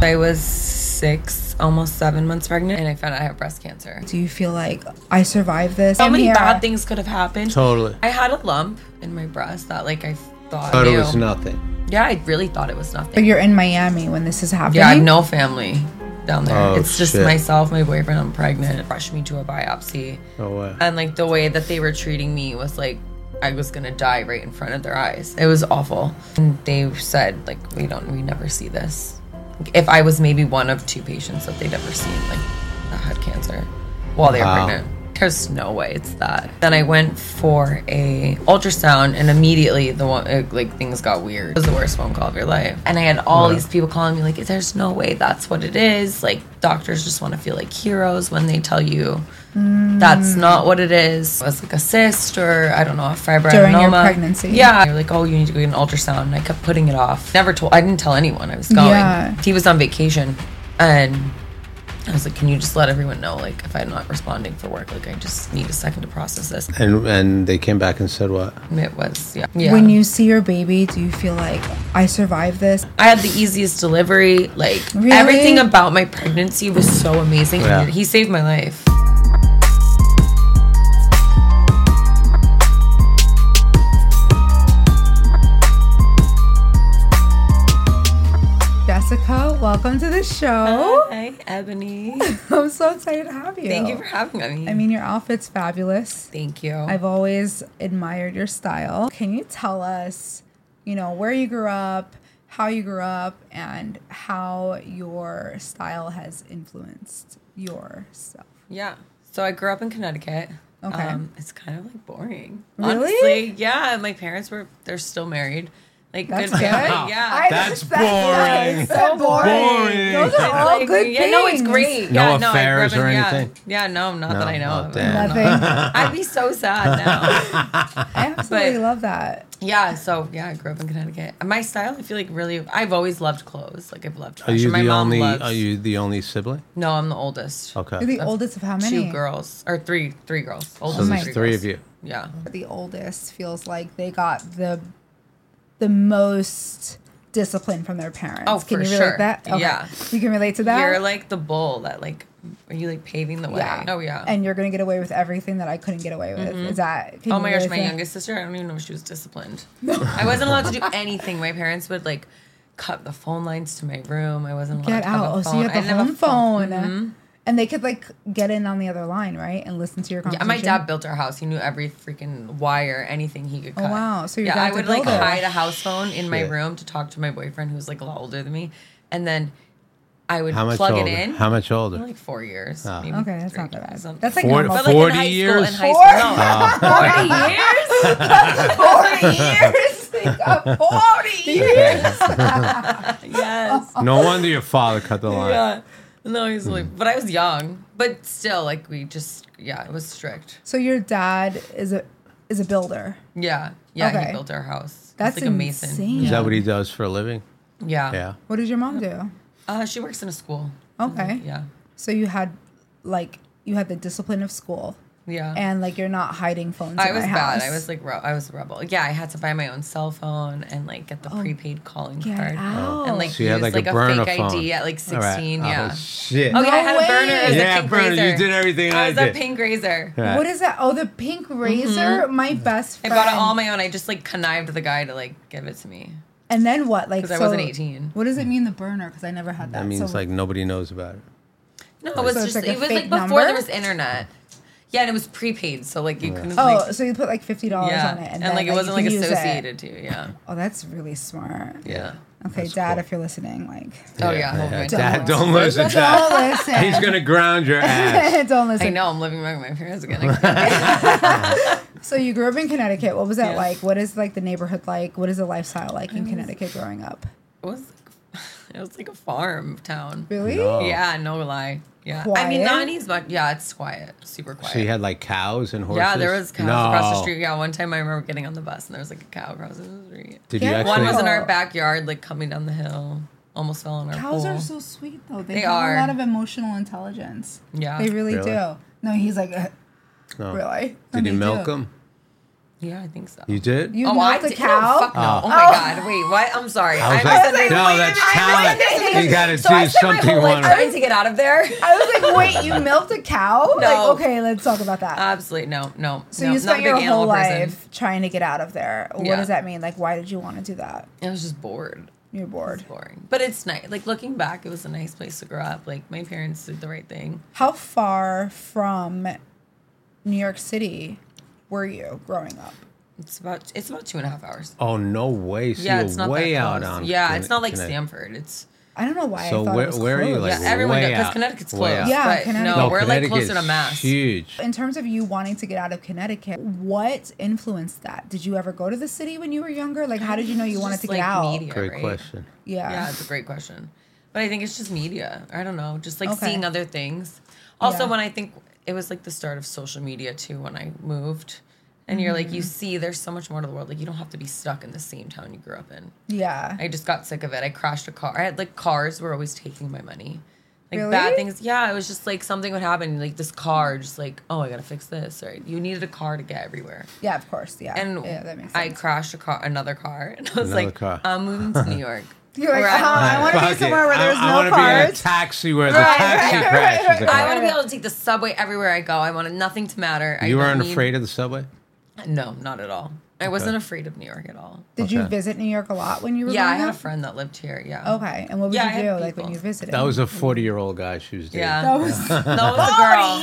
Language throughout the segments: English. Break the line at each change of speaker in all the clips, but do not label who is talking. I was six, almost seven months pregnant, and I found out I have breast cancer.
Do you feel like I survived this?
So
I'm
many
here.
bad things could have happened.
Totally.
I had a lump in my breast that, like, I thought,
But it
ew.
was nothing.
Yeah, I really thought it was
But
nothing.
you're in Miami when this is happening.
Yeah, I have no family down there.
Oh,
it's just
shit.
myself, my boyfriend. I'm pregnant. Rushed me to a biopsy,
Oh wow.
and like the way that they were treating me was like. I was gonna die right in front of their eyes. It was awful. And they said, like, we don't, we never see this. If I was maybe one of two patients that they'd ever seen, like, that had cancer while they were
Wow.
pregnant. There's no way it's that. Then I went for a ultrasound, and immediately the one it, like things got weird. It was the worst phone call of your life, and I had all these people calling me like, "There's no way that's what it is." Like doctors just want to feel like heroes when they tell you that's
Hmm.
not what it is. It was like a cyst or I don't know a fibroadenoma
During your pregnancy.
Yeah, they were like, "Oh, you need to go get an ultrasound." And I kept putting it off. Never told. I didn't tell anyone I was going.
Yeah.
He was on vacation, and I was like, can you just let everyone know, like, if I'm not responding for work, like, I just need a second to process this.
And and they came back and said what?
And it was, yeah. yeah.
When you see your baby, do you feel like I survived this?
I had the easiest delivery, like,
Really?
everything about my pregnancy was so amazing.
Yeah.
He saved my life.
Jessica, welcome to the show.
Hi, Ebony.
I'm so excited to have you.
Thank you for having me.
I mean, your outfit's fabulous.
Thank you.
I've always admired your style. Can you tell us, you know, where you grew up, how you grew up, and how your style has influenced yourself?
yeah. So I grew up in Connecticut. Um,
Okay.
it's kind of like boring.
Really?
Honestly, yeah. My parents were, they're still married. Like,
That's
good
good.
family. Yeah.
I
That's
just said that.
boring.
It's so
Boring.
Those are
It's
all
like-
good
yeah, no, it's
things.
great.
No
yeah, no, I grew
affairs
up in-
or
yeah.
anything?
Yeah, no, not that
No,
I know
oh,
of.
damn.
Nothing.
I'd be so sad now.
I absolutely
But-
love that.
yeah, so yeah, I grew up in Connecticut. My style, I feel like really, I've always loved clothes. Like I've loved
Are
fashion.
you
My
the
mom
only?
loves.
Are you the only sibling?
no, I'm the oldest.
Okay.
You're the oldest of how many?
Two girls or three, three girls. Oldest
so
of
my-
there's three
girls.
of you.
Yeah.
The oldest feels like they got the the most discipline from their parents.
Oh,
can
for
you relate
sure.
that?
Yeah.
you can relate to that.
You're like the bull that like, are you like paving the way?
yeah.
Oh yeah.
And you're gonna get away with everything that I couldn't get away with. Is that? Can
Oh
you
my gosh,
relate
my
to that?
youngest sister, I don't even know if she was disciplined. I wasn't allowed to do anything. My parents would like cut the phone lines to my room. I wasn't allowed
Get
to have
out.
a
Oh,
phone.
so you
I
had the
didn't have a Mm-hmm.
home phone. And they could like get in on the other line, right? And listen to your
Yeah,
conversation.
my dad built our house. He knew every freaking wire, anything he could cut.
Oh, wow. So your
yeah,
dad
I
did
would like
build it.
hide a house phone in my
Shit.
room to talk to my boyfriend, who's like a lot older than me, and then I would
How much
plug
older?
it in.
How much older?
like four years.
Ah.
maybe
Okay, that's
three
not that
years,
bad.
something.
That's like
Forty-
but
normal.
like in
40
high
years?
school, in high
Ah.
school, no, forty years.
forty years. They got forty years.
yes.
No wonder your father cut the line.
Yeah. No, he's like, but I was young. But still, like, we just, yeah, it was strict.
So your dad is a is a builder.
Yeah. Yeah.
Okay.
He built our house.
That's
He's like a mason.
insane.
Is that what he does for a living?
Yeah.
Yeah.
What does your mom do?
Uh, she works in a school.
Okay.
Yeah.
So you had like you had the discipline of school
Yeah.
and like you're not hiding phones.
I
in
was
my
bad. I
house.
was like, re- I was a rebel. Yeah, I had to buy my own cell phone and like get the prepaid calling
Oh, Get
card
out.
and like
So you
use
had
like,
like,
a,
a burner
fake
phone.
ID at like
All right.
sixteen.
Oh,
Yeah.
shit.
Oh yeah, I
No
had a burner. It was
Yeah,
a pink
burner. You
razor.
did everything
I
I
was a
did.
pink razor.
All right.
What is that? Oh, the pink razor. My best
Mm-hmm. I
friend.
bought it all my own. I just like connived the guy to like give it to me.
And then what? Like
'Cause I wasn't 18.
What does it mean the burner? Because I never had that.
That means
So-
like nobody knows about it.
No, it was
So it's
just
like a
it was like
fake
before
number?
there was internet. Yeah, and it was prepaid, so like you couldn't.
Oh,
like,
so you put like fifty dollars
yeah,
on it, and,
and,
then,
like it wasn't
you
like
can use it.
associated to yeah.
Oh, that's really smart.
Yeah.
Okay,
That's
Dad,
cool.
if you're listening, like
Oh yeah. Oh, my God.
Dad, don't lose it,
don't
Dad.
listen.
He's gonna ground your ass.
don't listen.
I know I'm living back with my parents again. I can't-
So you grew up in Connecticut. What was that
Yeah.
like? What is like the neighborhood like? What is the lifestyle like in Connecticut growing up?
it was it was like a farm town.
Really?
No.
Yeah, no lie. Yeah, I mean
Quiet?
not easy, but yeah, it's quiet, super quiet.
So you had like cows and horses.
yeah, there was cows
No.
across the street. Yeah, one time I remember getting on the bus and there was like a cow across the street.
Did you
Yeah.
actually?
One was in
Oh.
our backyard, like coming down the hill, almost fell in our
Cows
pool.
are so sweet though. They,
They
have
are.
a lot of emotional intelligence.
Yeah.
They really,
Really?
do. No, he's like, "Uh,
No.
really? No,
Did
they
you milk
do.
them?
Yeah, I think so.
You did?
You
oh, I
knocked a
did.
cow.
No, fuck no.
Oh.
Oh, my god. Wait, what? I'm sorry.
I was
I'm
like,
sending-
no,
wait,
that's
wait, wait,
talent.
wait, wait, wait.
You gotta
So I
do
spent my
something
whole life
one.
Trying to get out of there.
I was like, wait, you milked a cow?
No.
Like, okay, let's talk about that.
Absolutely no, no.
so
Uh, no,
you
not a
spent
big
your whole
animal person.
life trying to get out of there. What
Yeah.
does that mean? Like, why did you want to do that?
I was just bored.
You're bored.
It's boring. But it's nice. Like looking back, it was a nice place to grow up. Like my parents did the right thing.
How far from New York City were you growing up?
It's about it's about two and a half hours.
Oh no way! So
yeah,
you're
it's not
way
that
out
close.
on.
Yeah, it's not like
Connecticut.
Stanford. It's
I don't know why.
So
I thought
where-
it was
where are you,
close.
like,
yeah, everyone
way
does because
out.
Connecticut's
Way
close.
out.
Yeah,
but
Connecticut.
no,
No,
we're like
Connecticut's
closer to Mass.
Oh, Huge.
In terms of you wanting to get out of Connecticut, what influenced that? Did you ever go to the city when you were younger? Like, how did you know you
It's
wanted
just,
to get
like,
out?
media,
Great
right?
question.
Yeah.
Yeah, it's a great question. But I think it's just media. I don't know, just like
Okay.
seeing other things. Also,
Yeah.
when I think it was like the start of social media too, when I moved, and you're like, you
Mm-hmm.
see, there's so much more to the world. Like, you don't have to be stuck in the same town you grew up in.
Yeah.
I just got sick of it. I crashed a car. I had like cars were always taking my money. Like
Really?
bad things. Yeah, it was just like something would happen. Like this car, just like, oh, I gotta fix this. Or you needed a car to get everywhere.
yeah, of course. Yeah.
And
yeah, that makes
I
sense.
crashed a car, another car. And I was
Another
like,
car.
I'm moving to New York.
You're like,
Where I-
"Oh, I want to
Fuck
be
it.
somewhere where
I-
there's
I
no
wanna be in a
cars.
taxi where the
Right,
taxi
right,
crashes.
right,
the
right.
I
car.
want to be able to take the subway everywhere I go. I wanted nothing to matter.
You
I
weren't
don't need-
afraid of the subway?
No, not at all. I wasn't afraid of New York at all.
Did you
Okay.
visit New York a lot when you Oh, were
Yeah, I
growing
had a
up?
friend that lived here. Yeah.
Okay, and what would
Yeah, I
you
had
do like when
people.
you visited?
That was a 40 year old guy she was dating.
Yeah.
that was
No,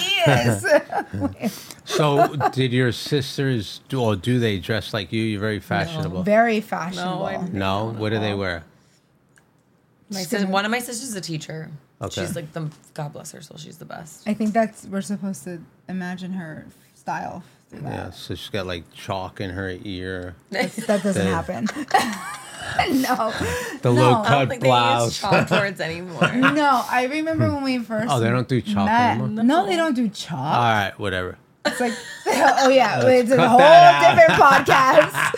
it was a girl.
So, did your sisters do, or do they dress like you? You're very fashionable.
very fashionable.
I'm-
No? What do they wear?
My sis- one of my sisters is a teacher.
Okay.
She's like the God bless her soul. She's the best.
I think that's we're supposed to imagine her style. Through that.
Yeah, so she's got like chalk in her ear,
That's- that doesn't
They-
happen. no, No,
the
I
I
low
don't
cut
think they use
blouse.
chalkboards anymore.
no. I remember when we first.
Oh, they don't do chalk
met-
anymore?
No, they don't do chalk.
All right, whatever.
It's like, oh yeah, it's a
cut
whole
that
different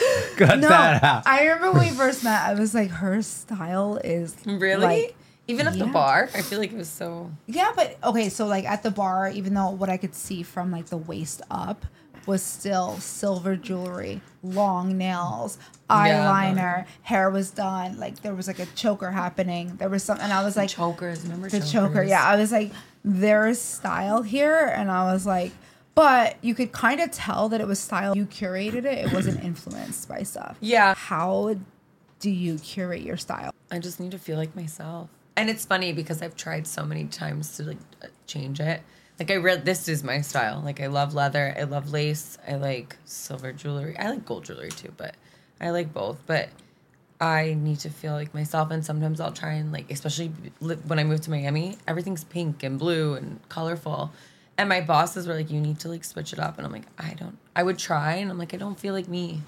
podcast.
Cut
no,
that out.
I remember when we first met. I was like, her style is
really?
like-
Even at the
yeah.
bar, I feel like it was so.
yeah, but okay. So like at the bar, even though what I could see from like the waist up was still silver jewelry, long nails, eyeliner, hair was done. Like there was like a choker happening. There was something. And I was like,
Chokers, remember
the
chokers?
choker. Yeah, I was like, there is style here, and I was like, but you could kind of tell that it was style. You curated it; it wasn't influenced by stuff.
Yeah.
How do you curate your style?
I just need to feel like myself. And it's funny because I've tried so many times to like uh, change it. Like I read this is my style. Like I love leather, I love lace, I like silver jewelry. I like gold jewelry too, but I like both, but I need to feel like myself and sometimes I'll try and like especially li- when I moved to Miami, everything's pink and blue and colorful. And my bosses were like you need to like switch it up and I'm like I don't I would try and I'm like I don't feel like me.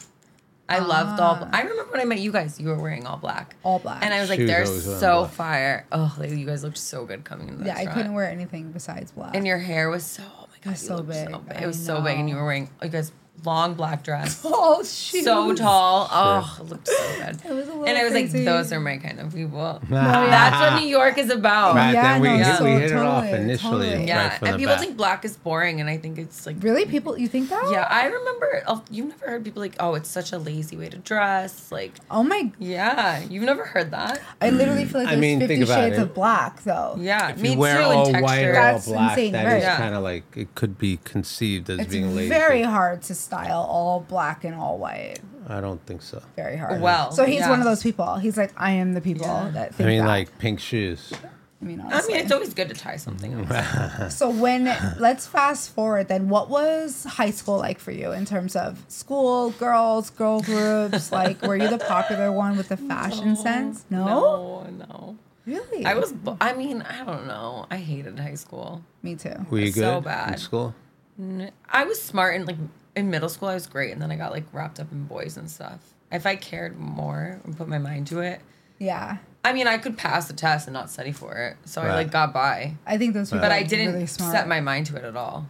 I loved all. I remember when I met you guys, you were wearing all black.
Ah. All black.
And I was like,
She was
they're
always wearing
so
black.
fire. Oh, like, you guys looked so good coming in. The
Yeah, I
restaurant.
couldn't wear anything besides black.
And your hair was so. Oh my god,
was
you
so
looked
big.
so big.
I
It was so big, and you
know.
were wearing you guys long black dress.
oh shoot!
So tall. Oh, it looked so good.
It was a
and I was
little crazy.
like, those are my kind of people.
yeah.
That's what New York is about.
Right
Oh, Yeah,
then, we,
no,
hit,
so
we hit it off
totally,
initially.
totally.
Yeah.
Right from
and
the
people
bat.
think black is boring, and I think it's like
really, people, you think that?
Yeah, I remember. Oh, you've never heard people like, "Oh, it's such a lazy way to dress." Like,
Oh my!
yeah, you've never heard that.
I literally feel like
I
there's
mean, think
Fifty
about
Shades
it.
of Black, though.
Yeah,
if
me
you wear
too.
all
in texture.
white or all
That's
black, that is
insane, right.
Yeah.
kind of like it could be conceived as
It's
being lazy.
very hard to style all black and all white.
I don't think so.
Very hard.
Well,
so he's
yeah.
one of those people. He's like, I am the people
Yeah.
that
I
think
mean,
that.
like pink shoes.
I mean,
I mean,
honestly.
it's always good to tie something else.
so when let's fast forward then what was high school like for you in terms of school girls girl groups like were you the popular one with the fashion sense no?
no, no.
really
I was. bu- I mean, I don't know. I hated high school.
me too
Were you good
So
in
bad.
school?
N- I was smart and like in middle school, I was great, and then I got like wrapped up in boys and stuff. If I cared more and put my mind to it,
yeah
I mean, I could pass the test and not study for it. So I
Right.
like got by,
i think those people
but I
are
didn't
really smart.
set my mind to it at all.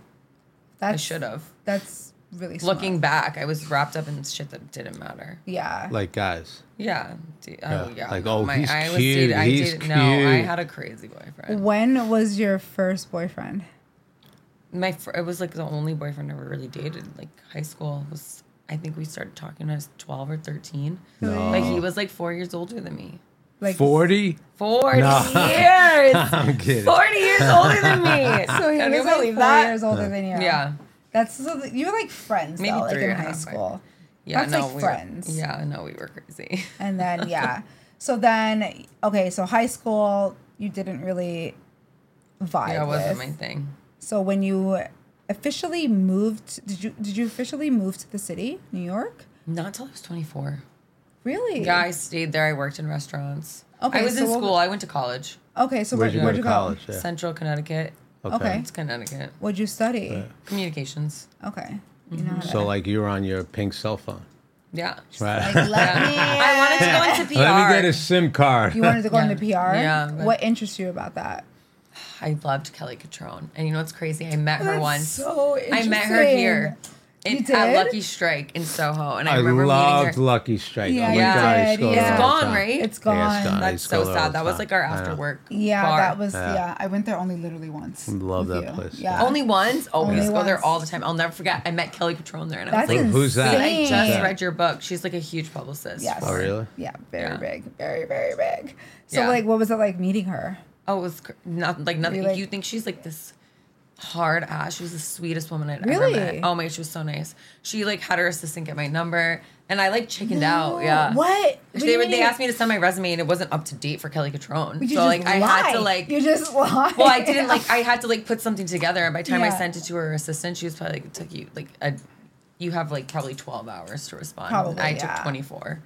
that's,
I should have.
that's really smart.
Looking back, I was wrapped up in shit that didn't matter.
yeah
Like guys.
Yeah. d- Oh
Yeah.
yeah.
Like, oh, he's
I was
cute,
dated- I
he's
dated- No, I
cute.
had a crazy boyfriend.
when was your first boyfriend
my fr- it was like the only boyfriend I ever really dated. Like high school was I think we started talking when I was 12 or 13.
No.
Like he was like four years older than me.
Like
Forty?
Forty
No.
years.
I'm kidding.
Forty years older than me.
So he
Can you
was like
believe
four
that?
years older than you.
Yeah.
That's so that- you were like friends
Maybe
though, like
three
in
and a
high
half,
school.
Yeah.
That's
no,
like
we were-
friends.
yeah. No, we were crazy.
And then yeah. so then okay, so high school you didn't really vibe.
That wasn't
with.
my thing.
So when you officially moved, did you did you officially move to the city, New York?
Not until I was 24.
Really?
Yeah, I stayed there. I worked in restaurants.
Okay,
I was
so
in
what-
school. I went to college,
Okay, so
Where'd
where,
you go
where'd
to
you
college?
go?
Yeah.
Central Connecticut.
Okay.
It's Connecticut.
What'd you study?
Communications.
Okay.
Mm-hmm.
You know how
So
to-
like you were on your pink cell phone,
Yeah.
right?
like, let me.
I wanted to go into PR.
Let me get a SIM card.
You wanted to go
Yeah.
into PR.
Yeah, but-
What interests you about that?
I loved Kelly Catron. And you know what's crazy? I met her
That's
once.
so
I met her here.
You
in- At
did?
Lucky Strike in Soho. And I,
I
remember meeting
loved
her.
Lucky Strike.
Yeah,
oh my
you
god, I
did,
used to go
yeah.
there
It's
all the
gone,
time.
right?
It's
Yeah,
gone.
it's gone. I
That's
used to
so
go there all
sad.
the
That was
time.
like our
I know.
after work.
Yeah,
bar.
that was yeah.
Yeah.
I went there only literally once.
Love
with
that
you.
place.
Yeah.
Only once? Oh,
Only
we used to go there
once.
all the time. I'll never forget. I met Kelly Catron there and I
That's
was like,
Who- who's that?
"Dude, I
insane.
just read your book. She's like a huge publicist.
Yes.
Oh, really?
Yeah, very
Yeah.
big, very very big. So
Yeah.
like, what was it like meeting her?
Oh, it was cr- not like nothing.
You, like-
you think she's like this hard ass? She was the sweetest woman I'd
Really?
ever met. Oh my, she was so nice. She like had her assistant get my number, and I like chickened
No,
out. Yeah.
What? What do
They
you
would- they
mean?
asked me to send my resume, and it wasn't up to date for Kelly Catron.
You
so
just
like I had to
lied.
like.
You just lied.
Well, I didn't like. I had to like put something together, and by the time I
Yeah.
sent it to her assistant, she was probably like, "It took you like a, you have like probably twelve hours to respond."
Probably,
I
yeah. Uh,
took twenty four.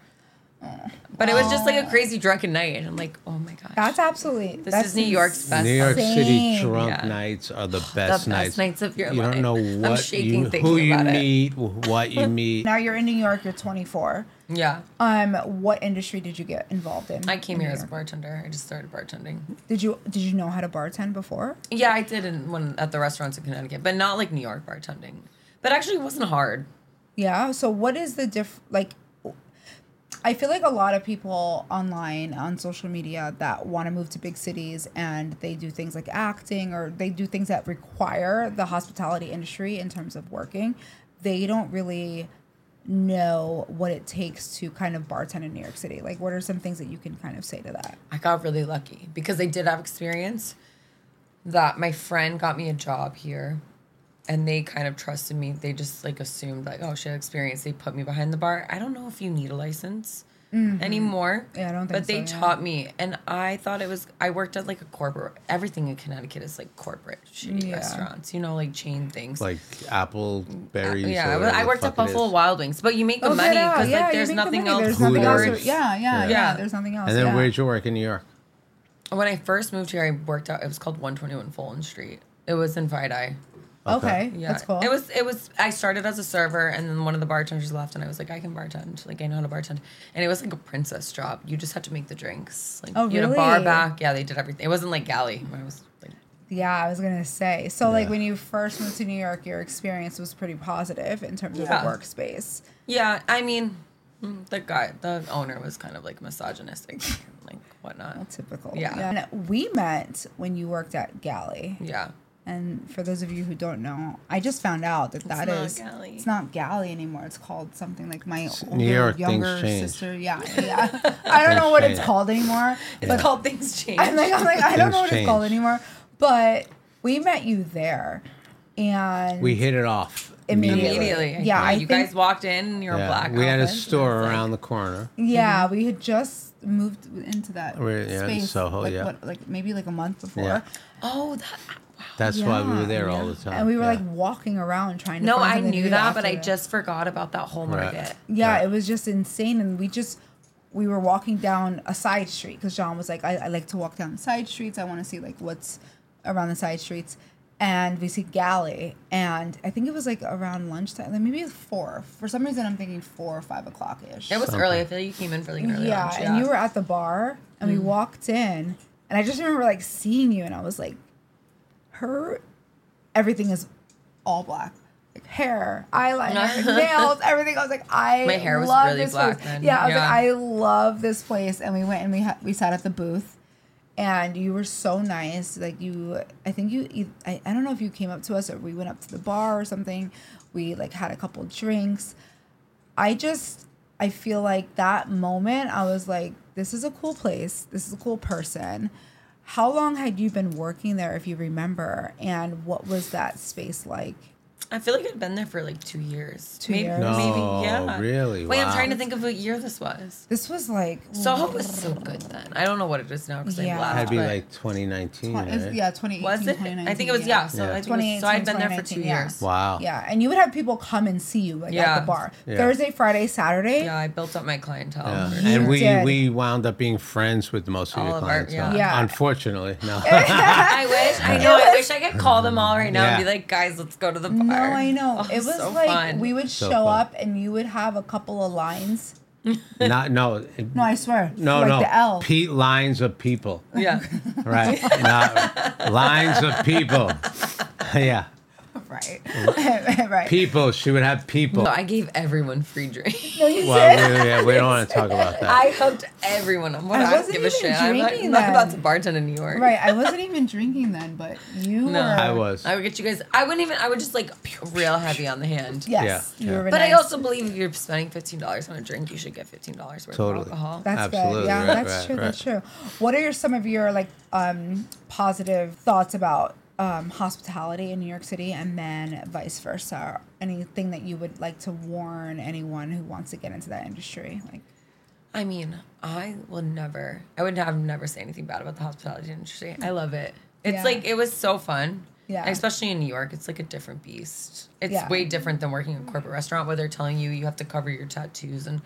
But it was just like a crazy drunken night, and I'm like, "Oh my gosh,
That's absolutely.
this
that's
is New York's best."
New York City
Insane.
drunk
Yeah.
nights are the best,
best nights of your
you
life.
don't know
I'm
what
shaking
you,
thinking
who you
about it.
meet, wh- what you meet.
Now you're in New York. You're 24.
Yeah.
Um, what industry did you get involved in?
I came
in
here
New
as a
York?
bartender. I just started bartending.
Did you did you know how to bartend before?
Yeah, I did in when at the restaurants in Connecticut, but not like New York bartending. But actually, it wasn't hard.
Yeah. So what is the diff like? I feel like a lot of people online on social media that want to move to big cities and they do things like acting or they do things that require the hospitality industry in terms of working. They don't really know what it takes to kind of bartend in New York City. Like, what are some things that you can kind of say to that?
I got really lucky because I did have experience that my friend got me a job here and they kind of trusted me. They just like assumed like, oh, she had experience. They put me behind the bar. I don't know if you need a license anymore.
Mm-hmm. Yeah, I don't think
But they
so, yeah.
taught me and I thought it was I worked at like a corporate everything in Connecticut is like corporate shitty
Yeah.
restaurants, you know, like chain things.
like apple berries.
Uh, yeah,
or
I was-
whatever
I
the
worked at
fuck it is.
Buffalo Wild Wings, but you make the
Oh,
money
yeah,
because
yeah,
like
you
there's
make the
nothing
money.
else.
There's
to
nothing
do.
else
nothing
to-
else.
Words.
Yeah, yeah,
Yeah.
yeah.
Yeah.
There's nothing else.
And then
yeah.
where'd you work in New York?
When I first moved here, I worked out. It was called 121 Fulton Street. It was in Friday.
Okay,
Yeah,
that's cool.
It was. It was. I started as a server, and then one of the bartenders left, and I was like, I can bartend. Like I know how to bartend, and it was like a princess job. You just had to make the drinks. Like
Oh,
you had a bar
really?
back. Yeah, they did everything. It wasn't like galley. Where I was like,
Yeah, I was gonna say. So, like, when you first moved to New York, your experience was pretty positive in terms of the
Yeah.
workspace.
yeah. I mean, mm, the guy, the owner was kind of like misogynistic, like whatnot.
Typical.
Yeah.
And we met when you worked at Galley.
Yeah.
And for those of you who don't know, I just found out that that
not
is
Galley.
it's not Galley anymore. It's called something like my older,
York, things
younger
change.
sister. Yeah, yeah. I don't know what it's
change.
called anymore.
It's
But
called things change.
I'm like, I'm like, I don't
Things
know what it's called
change.
anymore. But we met you there, and
We hit it off
Immediately.
Immediately.
Yeah, I
you guys
think-
walked in. and You're
Yeah,
black.
we had a
outfits, and
store
it's like-
around the corner.
Yeah, we had just moved into that
Mm-hmm. We're- yeah,
space.
Soho,
like,
yeah.
what, like maybe like a month before.
Yeah.
Oh, that.
That's why we
Yeah,
were there all the time.
And we were
yeah.
like walking around trying to
No,
find
I
something to
knew
do
that, but
after
I
that.
just forgot about that whole
Right.
market.
Yeah,
Yeah.
it was just insane and we just we were walking down a side street because John was like, I, I like to walk down the side streets. I want to see like what's around the side streets. And we see Galley, and I think it was like around lunchtime, like maybe it was four. For some reason, I'm thinking four or five o'clock ish.
It was early. I feel like you came in for like an early
yeah,
lunch,
and you were at the bar, and we walked in, and I just remember like seeing you, and I was like, her, everything is all black, like hair, eyeliner, nails, everything. I was like, I
My hair was
love
really
this
black
Place.
then,
Yeah, I was
yeah.
like, I love this place, and we went and we ha- we sat at the booth. And you were so nice. Like you, I think you. eith- I, I don't know if you came up to us or we went up to the bar or something. We like had a couple drinks, I just I feel like that moment I was like, this is a cool place. This is a cool person. How long had you been working there if you remember? And what was that space like?
I feel like I'd been there for like two years.
Two years?
No,
maybe, yeah.
really?
Wait,
Wow.
I'm trying to think of what year this was.
This was like
Soho was so good then. I don't know what it is now because
Yeah.
I left.
That'd be
but-
like 2019,
twen-
right?
yeah, 2018,
was it? I think it was yeah. So
Yeah.
I think it was- so I'd been there for
2018,
two
yeah.
years.
Wow.
Yeah, and you would have people come and see you like at
Yeah.
the bar
Yeah.
Thursday, Friday, Saturday.
Yeah, I built up my clientele.
Yeah.
for-
You
And we
did.
we wound up being friends with most of
All
your
of our-
clients.
yeah.
huh?
Yeah.
Unfortunately, no.
I wish. I know. I wish I could call them all right now and
Yeah.
be like, guys, let's go to the bar.
No, I know.
Oh,
it was
so
like
fun.
we would
So
show
fun.
up and you would have a couple of lines.
Not no. it-
No, I swear.
No,
like
no.
the L.
Pete lines of people,
Yeah.
right? Not lines of people. yeah,
Right. right.
people. She would have people.
So I gave everyone free drinks.
no, you
well,
said.
we, yeah, we don't want to talk about that.
I hooked everyone. up. What,
I
I, don't
wasn't
give a
even
shit. I'm not,
drinking
not about to
then.
bartend in New York.
Right. I wasn't even drinking then, but you
No.
were.
I was.
I would get you guys. I wouldn't even. I would just like real heavy on the hand.
Yes.
Yeah,
You
yeah.
were
But I
nice.
also believe if you're spending fifteen dollars on a drink, you should get fifteen dollars worth
Totally.
of alcohol.
That's good.
Absolutely,
Yeah,
right,
that's
right,
true.
right.
That's true. What are your, some of your like um, positive thoughts about um, hospitality in New York City, and then vice versa? Anything that you would like to warn anyone who wants to get into that industry? Like,
I mean, I will never, I would have never say anything bad about the hospitality industry. I love it. It's
Yeah.
like, it was so fun.
Yeah.
Especially in New York, it's like a different beast. It's
Yeah.
way different than working in a corporate restaurant where they're telling you you have to cover your tattoos and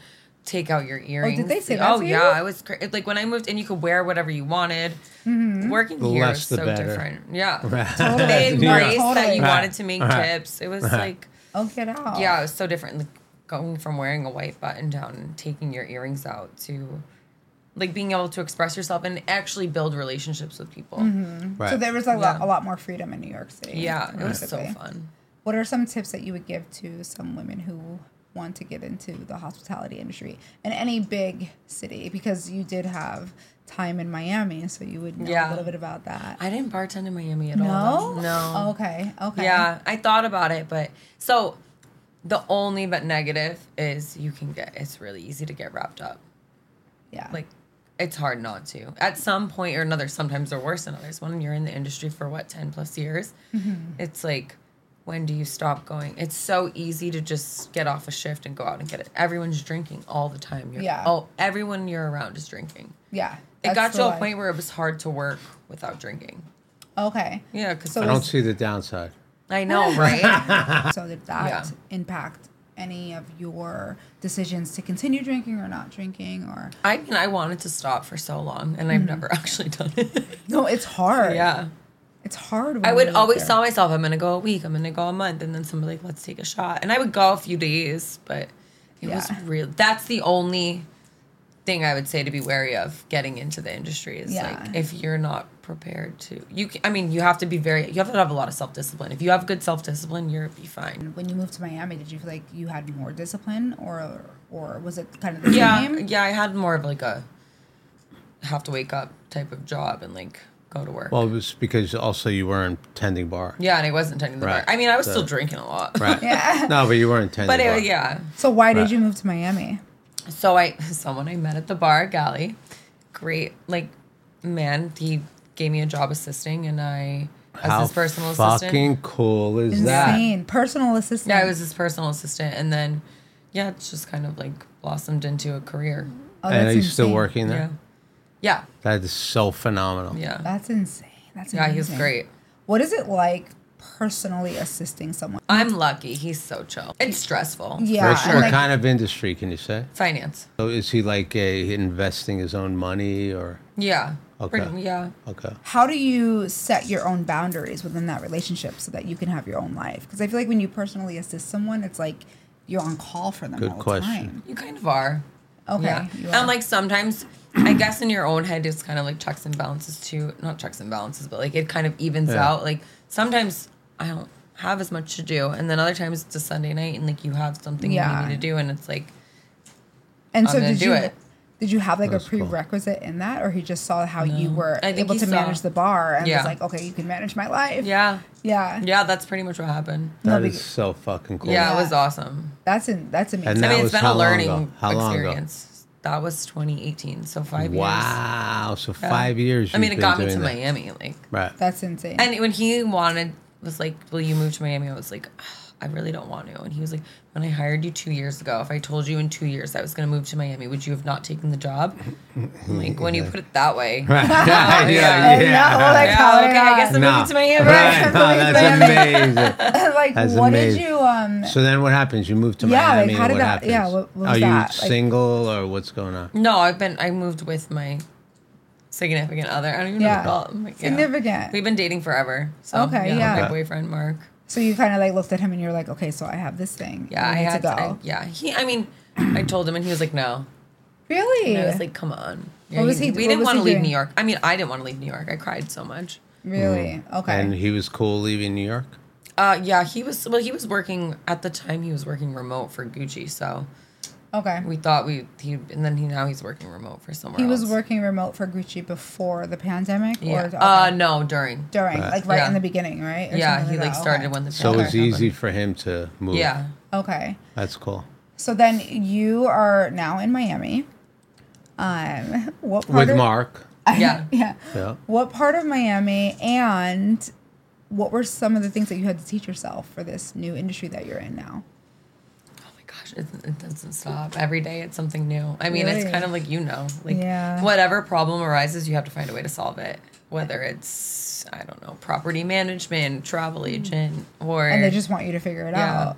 take out your earrings.
they say that
Oh,
to you?
yeah. I was cra- it- like, when I moved and you could wear whatever you wanted,
Mm-hmm.
working
The
here
less
is
the
so
better.
different. Yeah.
Totally.
They
No,
embraced that you
totally.
wanted to make
Uh-huh.
tips. It was like,
oh, get out.
yeah, it was so different. Like going from wearing a white button down and taking your earrings out to like being able to express yourself and actually build relationships with people.
Mm-hmm.
Right.
So there was a lot,
Yeah.
a lot more freedom in New York City.
Yeah, it was so
basically.
fun.
What are some tips that you would give to some women who want to get into the hospitality industry in any big city? Because you did have time in Miami, so you would know a
Yeah.
little bit about that.
I didn't bartend in Miami at all.
no, Oh,
though. No.
Okay, okay.
Yeah, I thought about it, but so the only but negative is you can get it's really easy to get wrapped up.
yeah.
Like it's hard not to. At some point or another, sometimes they're worse than others. When you're in the industry for what, 10 plus years,
Mm-hmm.
it's like, when do you stop going? It's so easy to just get off a shift and go out and get it. Everyone's drinking all the time. You're,
Yeah.
Oh, everyone you're around is drinking.
yeah.
It
that's
got
the
to a
life.
point where it was hard to work without drinking.
Okay.
Yeah, because
So
I don't see the downside.
I know, right?
So did that
Yeah.
impact any of your decisions to continue drinking or not drinking or
I mean, I wanted to stop for so long, and
Mm-hmm.
I've never actually done it.
no it's hard
yeah.
it's hard when
I would
you're
always
there.
tell myself I'm gonna go a week, I'm gonna go a month, and then somebody like, let's take a shot, and I would go a few days, but it was
Yeah.
real. That's the only thing I would say to be wary of getting into the industry is
Yeah.
like if you're not prepared to, you. Can, I mean, you have to be very, you have to have a lot of self discipline. If you have good self discipline, you're be fine.
when you moved to Miami, did you feel like you had more discipline, or or was it kind of the
Yeah,
same?
yeah. I had more of like a have to wake up type of job and like go to work.
Well, it was because also you weren't tending bar.
yeah, and I wasn't tending the
Right.
bar. I mean, I was
So-
still drinking a lot,
Right. No, but you weren't tending
but
bar.
it, yeah.
So why did
Right.
you move to Miami?
so I someone I met at the bar, Gally, great like man, he gave me a job assisting, and I was
How
his personal
fucking
assistant.
cool is that?
Insane personal assistant.
Yeah, I was his personal assistant, and then yeah, it's just kind of like blossomed into a career.
Oh,
and are
that's
you still
insane.
working there?
Yeah, yeah,
That is so phenomenal.
yeah,
That's insane. That's
yeah. He was
amazing.
great.
What is it like personally assisting someone?
I'm lucky. He's so chill. It's stressful.
Yeah,
Which-
and
what
like-
kind of industry can you say?
Finance.
So is he like a, investing his own money or
Yeah.
Okay.
Pretty- yeah.
okay?
How do you set your own boundaries within that relationship so that you can have your own life? Because I feel like when you personally assist someone, it's like you're on call for them.
Good
all
question.
The time.
You kind of are.
Okay,
Yeah.
you are.
And like sometimes, I guess in your own head, it's kind of like checks and balances too. Not checks and balances, but like it kind of evens
Yeah.
out. Like sometimes I don't have as much to do. And then other times it's a Sunday night and like you have something
Yeah.
you need to do. And it's like,
And
I'm
so
gonna
did
do
you?
it.
Did you have like
That's
a
cool.
prerequisite in that, or he just saw how you were
I think
able
he
to
saw.
manage the bar and
Yeah.
was like, okay, you can manage my life?
Yeah.
yeah,
Yeah, that's pretty much what happened.
That
No,
is so fucking cool.
Yeah,
Yeah.
it was awesome.
That's in, that's amazing.
And
I
That
mean,
was
it's been a
how long
learning
ago? How long ago?
experience. That was 2018, so five years.
Wow. So
Yeah.
five years.
I mean, it
you've
got
been
me to
doing that.
Miami, like,
Right.
That's insane.
and when he wanted was like, "Will you move to Miami?" I was like, "Ugh, "I really don't want to." And he was like, "When I hired you two years ago, if I told you in two years I was going to move to Miami, would you have not taken the job?" I'm like, when you put it that way,
yeah.
Yeah.
And now, like,
yeah,
how
okay, I guess I'm
No.
moving to Miami.
Right.
Right.
No, that's amazing.
like,
That's
what
amazing.
did you um?
So then what happens? You move to
Yeah, like,
Miami.
how
and
did
what
that-
happens?
yeah, what- what
Are
was
you
that? Like-
single or what's going on?
No, I've been I moved with my significant other. I don't even
Yeah.
know what to call him. Like, yeah.
Significant.
We've been dating forever. So,
Okay,
yeah,
yeah.
My boyfriend Mark.
So you kind of like looked at him and you were like, okay, so I have this thing.
Yeah,
I
I
need
had
to go.
I- yeah, he. I mean, I told him, and he was like, "No."
really?
And I was like, "Come on." Yeah,
What was
We
he- what
didn't
was
want
he
to leave
doing?
New York. I mean, I didn't want to leave New York. I cried so much.
really? Okay.
Mm. And he was cool leaving New York.
Uh, yeah, he was. Well, he was working at the time. He was working remote for Gucci, so
okay.
we thought we he. And then he now he's working remote for somewhere.
He was
else.
working remote for Gucci before the pandemic,
Yeah.
or okay.
Uh, no, during.
during,
uh,
like right
Yeah.
in the beginning, right? Or
yeah,
something
he like
that.
started
okay.
when the
So it was
pandemic
easy
happened.
for him to move.
Yeah.
Okay.
That's cool.
So then you are now in Miami. Um, what part
With
of,
Mark.
Yeah.
yeah.
Yeah.
What part of Miami and what were some of the things that you had to teach yourself for this new industry that you're in now?
Oh my gosh, it, it doesn't stop. Every day it's something new. I mean, it's
Really?
kind of like you know, like
Yeah.
whatever problem arises, you have to find a way to solve it. Whether it's I don't know, property management, travel agent, or
Hmm. And they just want you to figure it
Yeah.
out.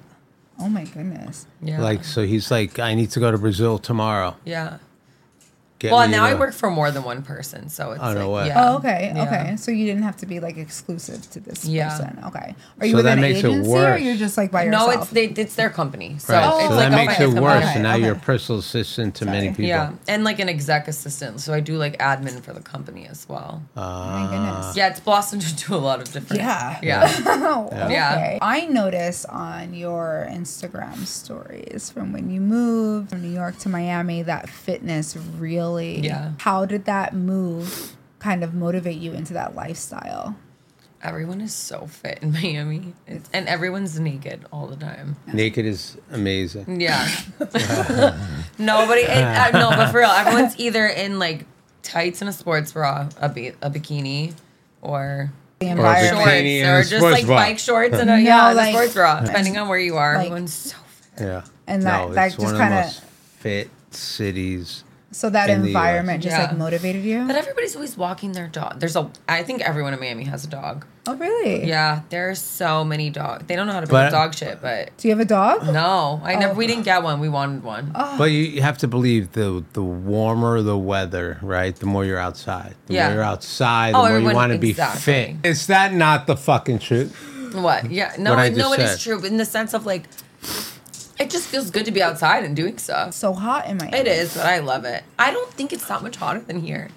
Oh my goodness.
yeah,
Like so, he's like, I need to go to Brazil tomorrow.
yeah.
Get
Well,
me
now I
the-
work for more than one person, so it's
Oh, no
like,
way.
yeah.
Oh, okay,
Yeah.
okay. So you didn't have to be like exclusive to this
Yeah.
person. Okay. Are you
So
with
that
an
makes it
agency or
worse.
you're just like by yourself?
No, it's they, it's their company, so
Right.
it's
so
like
that
a
makes
finance
it
company.
worse.
Oh, Okay,
and now you're a
okay.
personal assistant to many
Sorry.
people.
Yeah, and like an exec assistant, so I do like admin for the company as well.
Ah.
Oh my goodness.
yeah, it's blossomed into a lot of different.
Yeah.
yeah.
Oh, okay.
Yeah.
I notice on your Instagram stories from when you moved from New York to Miami that fitness really.
Yeah.
How did that move kind of motivate you into that lifestyle?
Everyone is so fit in Miami, it's, and everyone's naked all the time.
Naked is amazing.
Yeah, nobody. It, uh, no, but for real, everyone's either in like tights and a sports bra, a, bi- a bikini, or
The
Or a
shorts,
environment.
bikini and
or
a
just
sports
like
bra.
bike shorts and a
No,
yeah, and a
like-
sports bra. Depending on where you are,
Like-
everyone's so. fit.
Yeah.
And that-
no,
that
it's
just
one of
kinda-
the most fit cities.
So that
In the US.
environment just like
Yeah.
motivated you?
But everybody's always walking their dog. There's a. I think everyone in Miami has a dog.
oh, really?
Yeah, there are so many dogs. They don't know how to put
But-
dog shit, but
Do you have a dog?
no, I
Oh.
never. We didn't get one. We wanted one.
Ah.
But you, you have to believe the the warmer the weather, right? The more you're outside. The
Yeah.
more you're outside, the
Oh,
more you
everyone-
want to
exactly.
be fit. Is that not the fucking truth?
What? Yeah. No,
What I
it- no,
just
it
said.
is true. But in the sense of like, it just feels good to be outside and doing stuff.
So hot in Miami.
It is, but I love it. I don't think it's that much hotter than here.